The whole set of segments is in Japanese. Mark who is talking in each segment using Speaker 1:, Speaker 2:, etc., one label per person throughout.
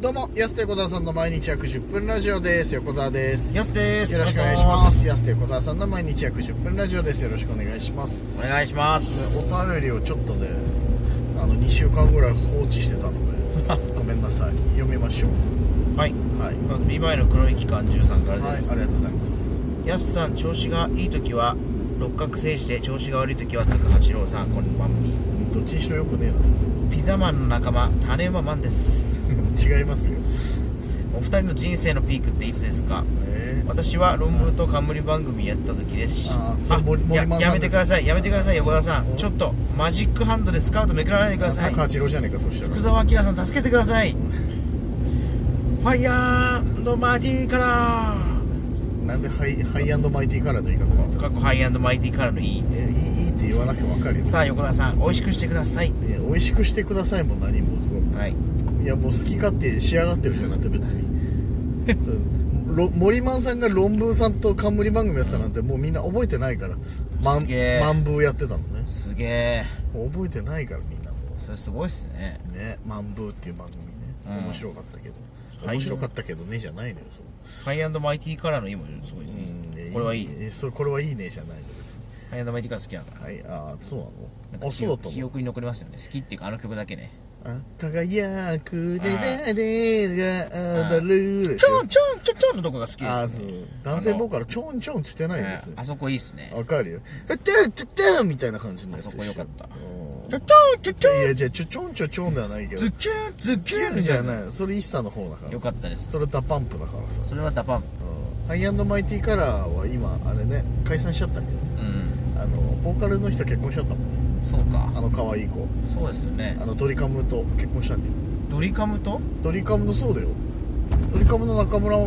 Speaker 1: どうも、安手小沢さんの毎日約10分ラジオです。横澤です。よ
Speaker 2: よすです
Speaker 1: ろしくお願いします。安手小沢さんの毎日約10分ラジオです。よろしくお願いします。
Speaker 2: お願いします
Speaker 1: お便りをちょっとね、あの、2週間ぐらい放置してたの で、ごめんなさい。読みましょう。
Speaker 2: はい
Speaker 1: はい。
Speaker 2: まず B バイの黒い期間13か
Speaker 1: はい、
Speaker 2: ら
Speaker 1: あ
Speaker 2: で
Speaker 1: り
Speaker 2: す、
Speaker 1: がとうございます。
Speaker 2: やすさん調子がいい時は六角誠治で調子が悪い時は高八郎さんこんばんは
Speaker 1: どっちにしろよくねえなそ
Speaker 2: ピザマンの仲間種馬マンです
Speaker 1: れ、違いますよ。
Speaker 2: お二人の人生のピークっていつですか
Speaker 1: え
Speaker 2: 私は論文と冠番組やった時ですし
Speaker 1: あーそれ森森
Speaker 2: や
Speaker 1: マンさん
Speaker 2: やめてくださいやめてください横田さ
Speaker 1: お
Speaker 2: んちょっとマジックハンドでスカートめくらないでください
Speaker 1: 高八郎じゃねえか、そしたら
Speaker 2: 福。沢明さん助けてくださいファイヤーマジカラー
Speaker 1: なんでハイ、ハイアンドマイティカラーの言い方だった
Speaker 2: 過去ハイマイティカラーのいい
Speaker 1: えいいいいって言わなくてもわかるよ。
Speaker 2: さあ横田さん美味しくしてください
Speaker 1: いや美味しくしてくださいも何もすごい
Speaker 2: はい
Speaker 1: いやもう好き勝手仕上がってるじゃなくて別に そうろ森マンさんが論文さんと冠番組やってたなんてもうみんな覚えてないからマン
Speaker 2: すげえ
Speaker 1: マンブーやってたのね
Speaker 2: すげえ
Speaker 1: もう覚えてないからみんなも
Speaker 2: それすごいっすね
Speaker 1: うねマンブーっていう番組ね、
Speaker 2: うん
Speaker 1: 面白かったけど
Speaker 2: はい
Speaker 1: 面白かったけどねじゃないのよそう
Speaker 2: ハイマイティカラーの今すごいね
Speaker 1: うん
Speaker 2: これはいい
Speaker 1: えそうこれはいいねじゃないの別に
Speaker 2: ハイマイティカラー好きだから
Speaker 1: はいああそう
Speaker 2: なん
Speaker 1: なの
Speaker 2: か
Speaker 1: あそうだった
Speaker 2: 記
Speaker 1: の
Speaker 2: 憶に残りますよね好きっていうかあの曲だけね
Speaker 1: あ輝くでだでが踊るでし
Speaker 2: ち
Speaker 1: ょ
Speaker 2: ょんちょんちょんちょんのとこが好き
Speaker 1: あ
Speaker 2: で
Speaker 1: ー
Speaker 2: す
Speaker 1: そう
Speaker 2: ね
Speaker 1: 男性ボーカルちょんちょんつってないよ
Speaker 2: ね
Speaker 1: 別に
Speaker 2: あそこいいっすね
Speaker 1: わかるよ「えっゥントゥトゥン」みたいな感じのやつでしょ
Speaker 2: あそこよかった
Speaker 1: うん
Speaker 2: ちょんちょんちょ
Speaker 1: いやじゃあちょちょんちょちょんではないけど
Speaker 2: ズキュンズキュン
Speaker 1: じゃないそれ一茶の方だから
Speaker 2: よかったです
Speaker 1: それダパンプだからさ
Speaker 2: それはダパン
Speaker 1: うんハイアンドマイティカラーは今あれね解散しちゃったけどね
Speaker 2: うん
Speaker 1: あのボーカルの人結婚しちゃったもんね
Speaker 2: そう
Speaker 1: あ
Speaker 2: か
Speaker 1: の可愛い子
Speaker 2: そうですよね
Speaker 1: あのドリカムと結婚したんだよ
Speaker 2: ドリカムと
Speaker 1: ドリカムのそうだよドリカムの中村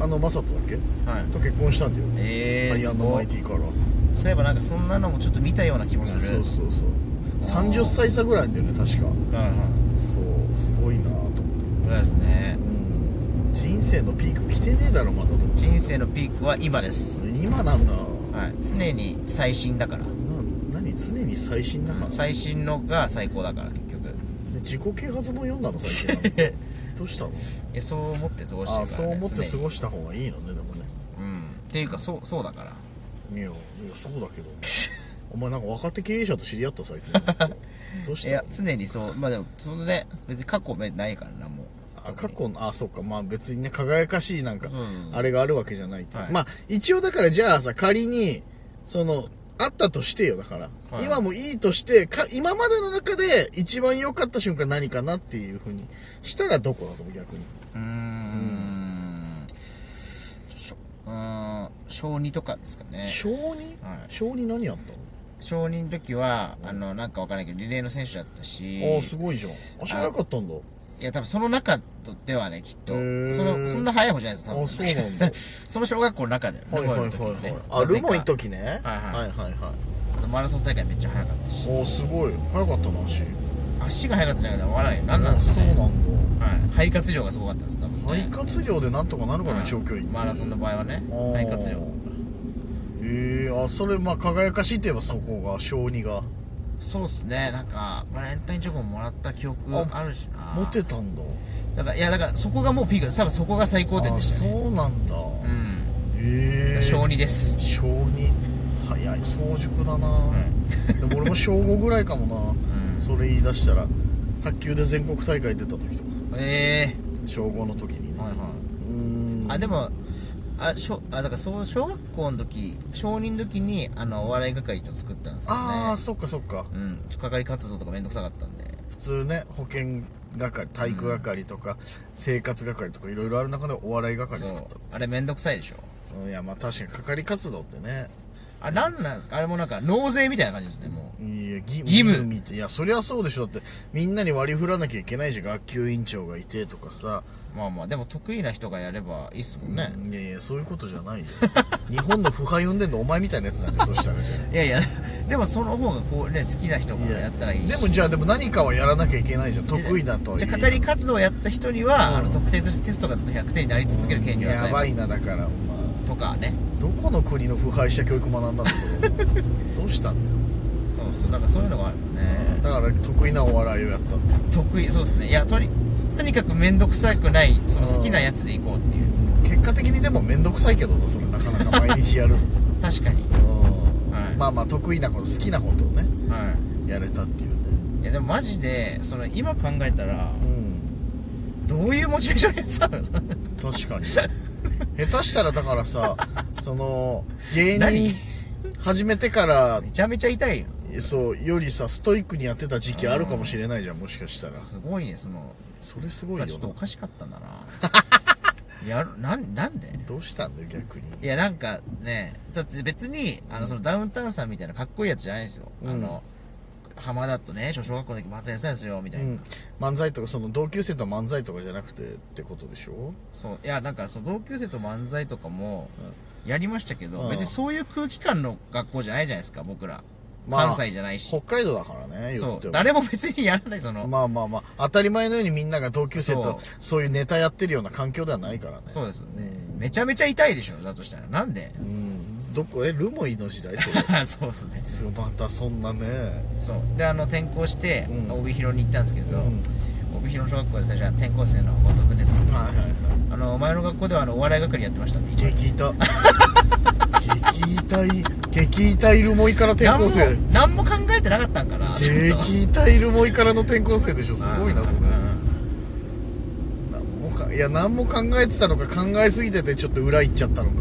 Speaker 1: あのマサトだっけ
Speaker 2: はい
Speaker 1: と結婚したんだよ
Speaker 2: え
Speaker 1: ハ
Speaker 2: ー
Speaker 1: イア
Speaker 2: す
Speaker 1: ンドマ
Speaker 2: ご
Speaker 1: イ
Speaker 2: い
Speaker 1: ティカラー
Speaker 2: そういえばなんかそんなのもちょっと見たような気もする
Speaker 1: そうそうそう
Speaker 2: あー
Speaker 1: 30歳差ぐらいだよね確か
Speaker 2: うんうん
Speaker 1: そうすごいなぁと思って
Speaker 2: そうですね
Speaker 1: うん人生のピーク来てねえだろまだと思って
Speaker 2: 人生のピークは今です
Speaker 1: 今なんだ
Speaker 2: はい常に最新だから
Speaker 1: な何常に最新だから、
Speaker 2: 最新のが最高だから結局
Speaker 1: 自己啓発も読んだの最近 どうしたの
Speaker 2: えそう思って過ごしてるから、
Speaker 1: あ
Speaker 2: ね、
Speaker 1: そう思って過
Speaker 2: 常に
Speaker 1: ごした方がいいのねでもね
Speaker 2: うんっていうかそうそうだから
Speaker 1: いやいやそうだけ どお前なんか若手経営者と知り合った最近どうし
Speaker 2: い
Speaker 1: た
Speaker 2: や
Speaker 1: の
Speaker 2: 常にそうまあでもそのね別に過去めないからなもう
Speaker 1: あ過去のあそうかまあ別にね輝かしいなんか
Speaker 2: うん
Speaker 1: あれがあるわけじゃないって、
Speaker 2: はい
Speaker 1: まあ一応だからじゃあさ仮にそのあったとしてよだから、
Speaker 2: はい
Speaker 1: 今もいいとしてか今までの中で一番良かった瞬間何かなっていうふうにしたらどこだと思う逆に
Speaker 2: うーんしょうーん小2とかですかね
Speaker 1: 小2
Speaker 2: はい
Speaker 1: 小2何やっ
Speaker 2: 小2の時はあのなんかわからないけどリレーの選手だった
Speaker 1: た
Speaker 2: し
Speaker 1: の、ああすごいじゃんあ知らなかったんだ
Speaker 2: いや多分その中ではねきっと
Speaker 1: へ
Speaker 2: そ
Speaker 1: ー
Speaker 2: のそんな早い方じゃないです
Speaker 1: あ
Speaker 2: よ多分
Speaker 1: そうなんだ
Speaker 2: その小学校の中で
Speaker 1: はいはいはい
Speaker 2: ルモイの時
Speaker 1: はい
Speaker 2: のね
Speaker 1: あルモイ
Speaker 2: の
Speaker 1: の時ね
Speaker 2: はいはい
Speaker 1: はいはい
Speaker 2: あとマラソン大会めっちゃ早かったし
Speaker 1: おおすごい早かったな足
Speaker 2: 足が速かったじゃないかわからない何なんで
Speaker 1: そ
Speaker 2: すか
Speaker 1: うな
Speaker 2: ね
Speaker 1: んだ
Speaker 2: はい肺活量がすごかったんです多分
Speaker 1: 肺
Speaker 2: ね
Speaker 1: 活量でなんとかなるかな、長距離って
Speaker 2: マラソンの場合はね
Speaker 1: あー
Speaker 2: 肺活量
Speaker 1: ええあそれまあ輝かしいといえばそこが小児が
Speaker 2: そうっすねなんかバレンタインチョコももらった記憶
Speaker 1: あ
Speaker 2: あるしな
Speaker 1: モテたんだ
Speaker 2: だからいやだからそこがもうピークです多分そこが最高点
Speaker 1: あ
Speaker 2: でしたね
Speaker 1: そうなんだ、
Speaker 2: うん
Speaker 1: ええ
Speaker 2: 小2です
Speaker 1: 小児早い早熟だな、
Speaker 2: ん
Speaker 1: でも俺も小5ぐらいかもな、
Speaker 2: うん
Speaker 1: それ言い出したら卓球で全国大会出た時とかさ
Speaker 2: え
Speaker 1: 小5の時に
Speaker 2: え
Speaker 1: ね
Speaker 2: はいはいう
Speaker 1: ーん
Speaker 2: あでもあしょあだからそう小学校の時小人の時にあのお笑い係と作ったんですよね
Speaker 1: ああそっかそっか
Speaker 2: うん係活動とかめんどくさかったんで
Speaker 1: 普通ね保健係体育係とか、生活係とかいろいろある中でお笑い係
Speaker 2: そ
Speaker 1: 作っ
Speaker 2: うあれめんどくさいでしょ
Speaker 1: たのうんいやまあ確かに係活動ってね
Speaker 2: あなんなんですかあれもなんか納税みたいな感じですねもう
Speaker 1: いや義務
Speaker 2: 義務
Speaker 1: みたいいやそりゃそうでしょだってみんなに割り振らなきゃいけないし学級委員長がいてとかさ、
Speaker 2: まあまあでも得意な人がやればいいっすもんね、
Speaker 1: いやいやそういうことじゃないよ 日本の腐敗生んでんのお前みたいなやつなんだよ そしたらじゃ
Speaker 2: いやいやでもその方がこうね好きな人が
Speaker 1: あ
Speaker 2: やったらいいし
Speaker 1: でもじゃあでも何かはやらなきゃいけないじゃん得意だとは
Speaker 2: じ
Speaker 1: 言
Speaker 2: ゃ
Speaker 1: え
Speaker 2: あ係活動をやった人には、
Speaker 1: うん
Speaker 2: あの特定としてテストがずっと100点になり続ける権利を与
Speaker 1: や
Speaker 2: えま
Speaker 1: ば
Speaker 2: す
Speaker 1: いなだからお前
Speaker 2: とかね
Speaker 1: どこの国の腐敗した教育学んだんだそれお前どうしたんだよ
Speaker 2: そうそうなんかそういうのがあるよね
Speaker 1: だから得意なお笑いをやったって
Speaker 2: 得意そうですねいやとりとにかく面倒くさくないその
Speaker 1: うん
Speaker 2: 好きなやつで行こうっていう
Speaker 1: 結果的にでも面倒くさいけどなそれなかなか毎日やるの
Speaker 2: 確かに
Speaker 1: うん
Speaker 2: はい
Speaker 1: まあまあ得意なこと好きなことをね
Speaker 2: は
Speaker 1: やれたっていうね
Speaker 2: いいやでもマジでその今考えたら
Speaker 1: うん
Speaker 2: どういうモチベーションでさ
Speaker 1: 確かに下手したらだからさその芸
Speaker 2: 何
Speaker 1: 人始めてから
Speaker 2: めちゃめちゃ痛いよ
Speaker 1: そうよりさストイックにやってた時期あるかもしれないじゃんもしかしたら
Speaker 2: すごいねその
Speaker 1: それすごい
Speaker 2: が
Speaker 1: よ
Speaker 2: ちょっ
Speaker 1: な
Speaker 2: とおかしかったんだ なやるなんなんで
Speaker 1: どうしたんだよ逆に
Speaker 2: いやなんかねだって別にあのそのダウンタウンさんみたいなかっこいいやつじゃないんですよ、
Speaker 1: うん
Speaker 2: あの浜田とね小小学校の時松也さんですよみた
Speaker 1: う
Speaker 2: いな、
Speaker 1: ん漫才とかその同級生と漫才とかじゃなくてってことでしょ
Speaker 2: そういやなんかその同級生と漫才とかもやりましたけど、
Speaker 1: うん
Speaker 2: 別にそういう空気感の学校じゃないじゃないですか僕ら、
Speaker 1: まあ
Speaker 2: 関西じゃないし
Speaker 1: 北海道だからね言
Speaker 2: そ
Speaker 1: って
Speaker 2: う
Speaker 1: も
Speaker 2: 誰も別にやらないその、
Speaker 1: まあまあまあ当たり前のようにみんなが同級生
Speaker 2: そう
Speaker 1: とそういうネタやってるような環境ではないからね
Speaker 2: そうですよね、めちゃめちゃ痛いでしょだとしたらな んで
Speaker 1: うんどこえルモイの時代それ
Speaker 2: そうですね
Speaker 1: そうまたそんなね
Speaker 2: そうであの転校して、
Speaker 1: うん
Speaker 2: 帯広に行ったんですけど、
Speaker 1: うん
Speaker 2: 帯広の小学校で最初は転校生の後藤です
Speaker 1: はいはいはい
Speaker 2: あの前の学校ではあのお笑い係やってましたんで
Speaker 1: 激痛激痛い激痛いルモイから転校生
Speaker 2: 何も何も考えてなかったんかなちょっと
Speaker 1: 激痛いルモイからの転校生でしょすごいなそれ
Speaker 2: うん
Speaker 1: 何もかいや何も考えてたのか考えすぎててちょっと裏行っちゃったのか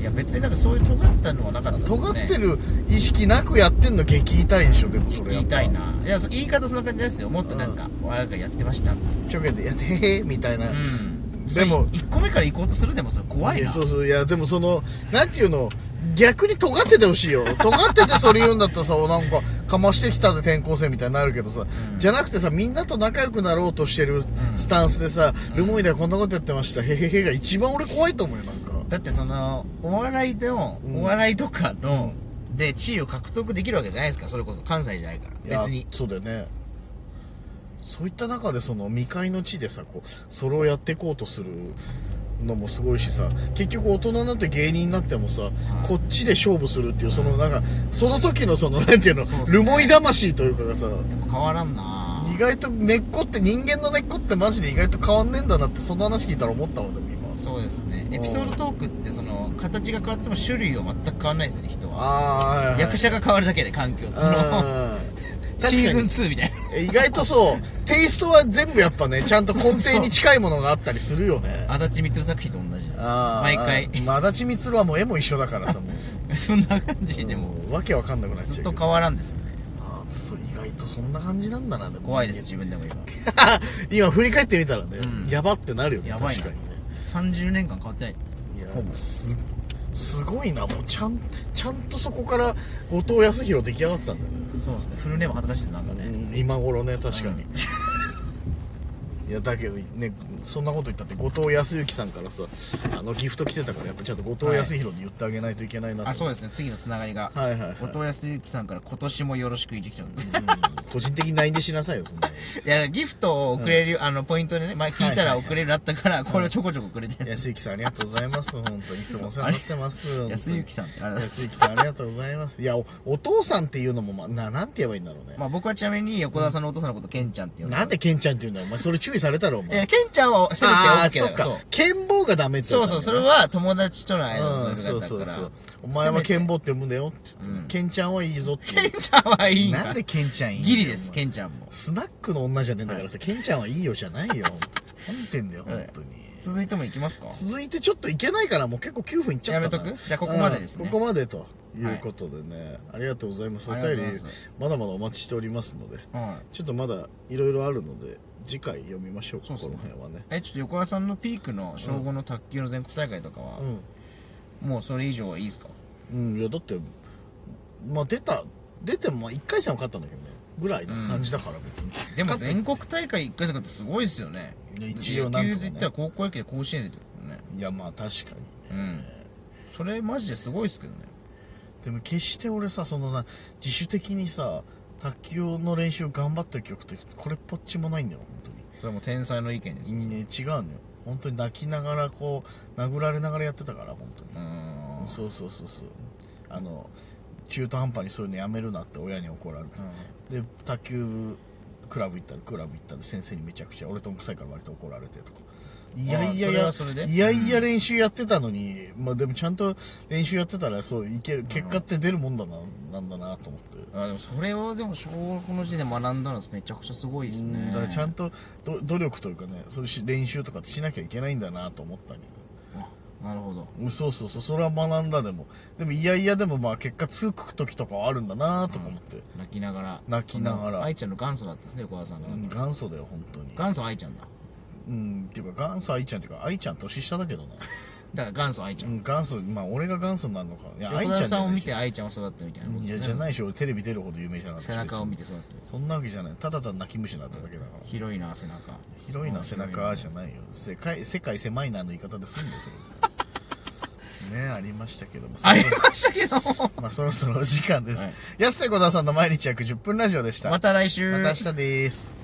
Speaker 2: いや別になんかそういう尖ったのはなかったですね
Speaker 1: 尖ってる意識なくやってんの激痛いでしょでもそれ
Speaker 2: 言
Speaker 1: やっ
Speaker 2: い
Speaker 1: ぱ
Speaker 2: たいないやそう言い方そんな感じですよもっとなんかお笑い係やってましたって
Speaker 1: ちょけでやってへへみたいな、
Speaker 2: うん
Speaker 1: でも
Speaker 2: 1個目から行こうとするでもそれ怖い
Speaker 1: や
Speaker 2: な
Speaker 1: そうそういやでもそのなんていうの逆に尖っててほしいよ尖っててそれ言うんだったらさお なんかかましてきたぜ転校生みたいになるけどさ、じゃなくてさみんなと仲良くなろうとしてるスタンスでさ、ルモイではこんなことやってましたへへへが一番俺怖いと思うよなんか
Speaker 2: だってそのお笑いの
Speaker 1: うん
Speaker 2: お笑いとかので地位を獲得できるわけじゃないですかそれこそ関西じゃないから別
Speaker 1: いや
Speaker 2: に
Speaker 1: そうだよねそういった中でその未開の地でさこうそれをやっていこうとするのもすごいしさ結局大人になって芸人になってもさこっちで勝負するっていうそのなんかその時のそのなんていうの
Speaker 2: そうっすね
Speaker 1: ルモイ魂というかがさ
Speaker 2: やっぱ変わらんな
Speaker 1: 意外と根っこって人間の根っこってマジで意外と変わんねえんだなってその話聞いたら思ったのでも今
Speaker 2: そうですね
Speaker 1: ん
Speaker 2: エピソードトークってその形が変わっても種類は全く変わらないですよね人は
Speaker 1: ああ、はいはい
Speaker 2: 役者が変わるだけで環境その
Speaker 1: うん
Speaker 2: シーズ
Speaker 1: 確か
Speaker 2: ン2みたいな
Speaker 1: に意外とそうテイストは全部やっぱねちゃんと根底に近いものがあったりするよね
Speaker 2: 足立光作品と同じ
Speaker 1: あー
Speaker 2: 毎回
Speaker 1: まあ足立光郎はもう絵も一緒だからさ も
Speaker 2: そんな感じ
Speaker 1: う
Speaker 2: でも
Speaker 1: うわけわかんなくなっち
Speaker 2: ず
Speaker 1: ゃ
Speaker 2: っ
Speaker 1: う
Speaker 2: と
Speaker 1: けど
Speaker 2: 変わらんですよね
Speaker 1: あーそう意外とそんな感じなんだなでも
Speaker 2: 怖いです自分でも今
Speaker 1: 今振り返ってみたらね、
Speaker 2: うん
Speaker 1: やばってなるよね
Speaker 2: やばいな
Speaker 1: 確かにね
Speaker 2: 30年間変わってない
Speaker 1: いやもうすすごいなもうちゃんちゃんとそこから後藤康弘出来上がってたんだよね
Speaker 2: そうですねフルネーム恥ずかしいですなんかね
Speaker 1: うん今頃ね確かに、
Speaker 2: う
Speaker 1: いやだけどねそんなこと言ったって後藤康之さんからさあのギフト来てたからやっぱちゃんと後藤康弘に言ってあげないといけないなと思って、
Speaker 2: あそうですね次のつながりが
Speaker 1: はいはいはい
Speaker 2: 後藤康之さんから今年もよろしくいじきちゃうんですい
Speaker 1: 個人的に LINE でしなさいよ、そんなの
Speaker 2: やギフトを送れるあのポイントでね前聞いたら送れるだったからこれをちょこちょこくれてる
Speaker 1: 安幸さんありがとうございます、本当に。いつもお世話になってます。
Speaker 2: 安幸さんってあれだ
Speaker 1: 安幸さんありがとうございます。いや、おお父さんっていうのも、ま、な、なんて言えばいいんだろうね。
Speaker 2: まあ僕はちなみに横田さんのお父さんのことケンちゃんって呼んで
Speaker 1: なんでケンちゃんって言うんだよ。お前、それ注意されたろ、お
Speaker 2: い
Speaker 1: 前。
Speaker 2: やケンちゃんはせめて OK
Speaker 1: あ
Speaker 2: だ
Speaker 1: あ、そっ
Speaker 2: よそう
Speaker 1: か。剣棒がダメって言
Speaker 2: そう
Speaker 1: われ
Speaker 2: そ
Speaker 1: た
Speaker 2: う
Speaker 1: んだ
Speaker 2: それ
Speaker 1: よ
Speaker 2: は友達との間
Speaker 1: う
Speaker 2: の
Speaker 1: ん、
Speaker 2: そ
Speaker 1: そうう
Speaker 2: だった
Speaker 1: そう
Speaker 2: か
Speaker 1: そ
Speaker 2: ら
Speaker 1: う。お前は
Speaker 2: せめ
Speaker 1: 剣
Speaker 2: て
Speaker 1: 棒って呼ぶんだよって言って。ケンちゃんはいいぞって。
Speaker 2: ケンちゃんはいいん
Speaker 1: なん
Speaker 2: か
Speaker 1: でケンちゃんいいんだよ
Speaker 2: ギリですケンちゃんも
Speaker 1: スナックの女じゃねえんだからさ、ケンちゃんはいいよじゃないよ。ほんと何言ってんだよ、本当に。
Speaker 2: 続いてもいきますか
Speaker 1: 続いてちょっといけないからもう結構9分いっちゃったな
Speaker 2: やめとくじゃあここまでですね
Speaker 1: うんここまでということでね、ありがとうございますお
Speaker 2: あり
Speaker 1: 便
Speaker 2: がと
Speaker 1: り
Speaker 2: うございます
Speaker 1: まだまだお待ちしておりますので
Speaker 2: はい
Speaker 1: ちょっとまだいろいろあるので次回読みましょうか
Speaker 2: そうっす
Speaker 1: こ
Speaker 2: ね
Speaker 1: の辺はね
Speaker 2: えちょっと横田さんのピークの小5の卓球の全国大会とかは、もうそれ以上はいいですか
Speaker 1: うん、うん、いやだってまあ出た出ても1回戦は勝ったんだけどねぐらいの感じだから別に、
Speaker 2: でも全国大会1回戦ってすごいですよね
Speaker 1: ね一応なんとかね
Speaker 2: 野球で言ったら高校野球で甲子園でってことね
Speaker 1: いやまあ確かに
Speaker 2: うんそれマジですごいですけどね
Speaker 1: でも決して俺さそのな自主的にさ卓球の練習頑張ってる曲ってこれっぽっちもないんだよ本当に
Speaker 2: それも天才の意見です
Speaker 1: いいね違うのよ本当に泣きながらこう殴られながらやってたから本当に
Speaker 2: う、ん
Speaker 1: そうそうそうそうあの中途半端にそういうのやめるなって親に怒られて、で卓球クラブ行ったらクラブ行ったら先生にめちゃくちゃ俺とんくさいから割と怒られてとかい
Speaker 2: あ
Speaker 1: や
Speaker 2: ー
Speaker 1: いや
Speaker 2: そ
Speaker 1: い
Speaker 2: れ
Speaker 1: や
Speaker 2: はそれで
Speaker 1: いやいや練習やってたのに、まあでもちゃんと練習やってたらそういける結果って出るもんだな、なんだなと思って
Speaker 2: あでもそれをでも小学の時点で学んだのはめちゃくちゃすごいです
Speaker 1: うん
Speaker 2: ね
Speaker 1: だからちゃんとど努力というかねそれし練習とかしなきゃいけないんだなと思ったけ
Speaker 2: なるほど
Speaker 1: どそうそうそうそれは学んだでもでもいやいやでもまあ結果つく時とかはあるんだなとか思って、
Speaker 2: 泣きながら
Speaker 1: 泣きながら
Speaker 2: その愛ちゃんの元祖だったんですね横川さんが、
Speaker 1: うん元祖だよ本当に
Speaker 2: 元祖愛ちゃんだ
Speaker 1: うんっていうか元祖愛ちゃんっていうか愛ちゃん年下だけどな、
Speaker 2: だから元祖愛ち
Speaker 1: う
Speaker 2: ゃん
Speaker 1: ん、元祖まあ俺が元祖になるのかいや愛ち
Speaker 2: 横
Speaker 1: ゃん
Speaker 2: 川
Speaker 1: じ
Speaker 2: さ
Speaker 1: ゃ
Speaker 2: んを
Speaker 1: ないで
Speaker 2: 見
Speaker 1: しょ
Speaker 2: て愛ちゃんを育ったみたいなこと
Speaker 1: い
Speaker 2: です
Speaker 1: や
Speaker 2: ね
Speaker 1: じゃないでしょ俺テレビ出るほど有名じゃなかったし
Speaker 2: 背中を見
Speaker 1: 別
Speaker 2: て育ったんで
Speaker 1: に
Speaker 2: す
Speaker 1: そんなわけじゃないただただ泣き虫になっただけだから、
Speaker 2: 広いな背中
Speaker 1: 広いな背中じゃ
Speaker 2: ん
Speaker 1: ないよ世界世界狭いなの言い方ですんですよそれねありましたけども
Speaker 2: ありました けども
Speaker 1: まあそろそろお時間です、
Speaker 2: はい
Speaker 1: 安手小沢さんの毎日約10分ラジオでした
Speaker 2: また来週
Speaker 1: また明日です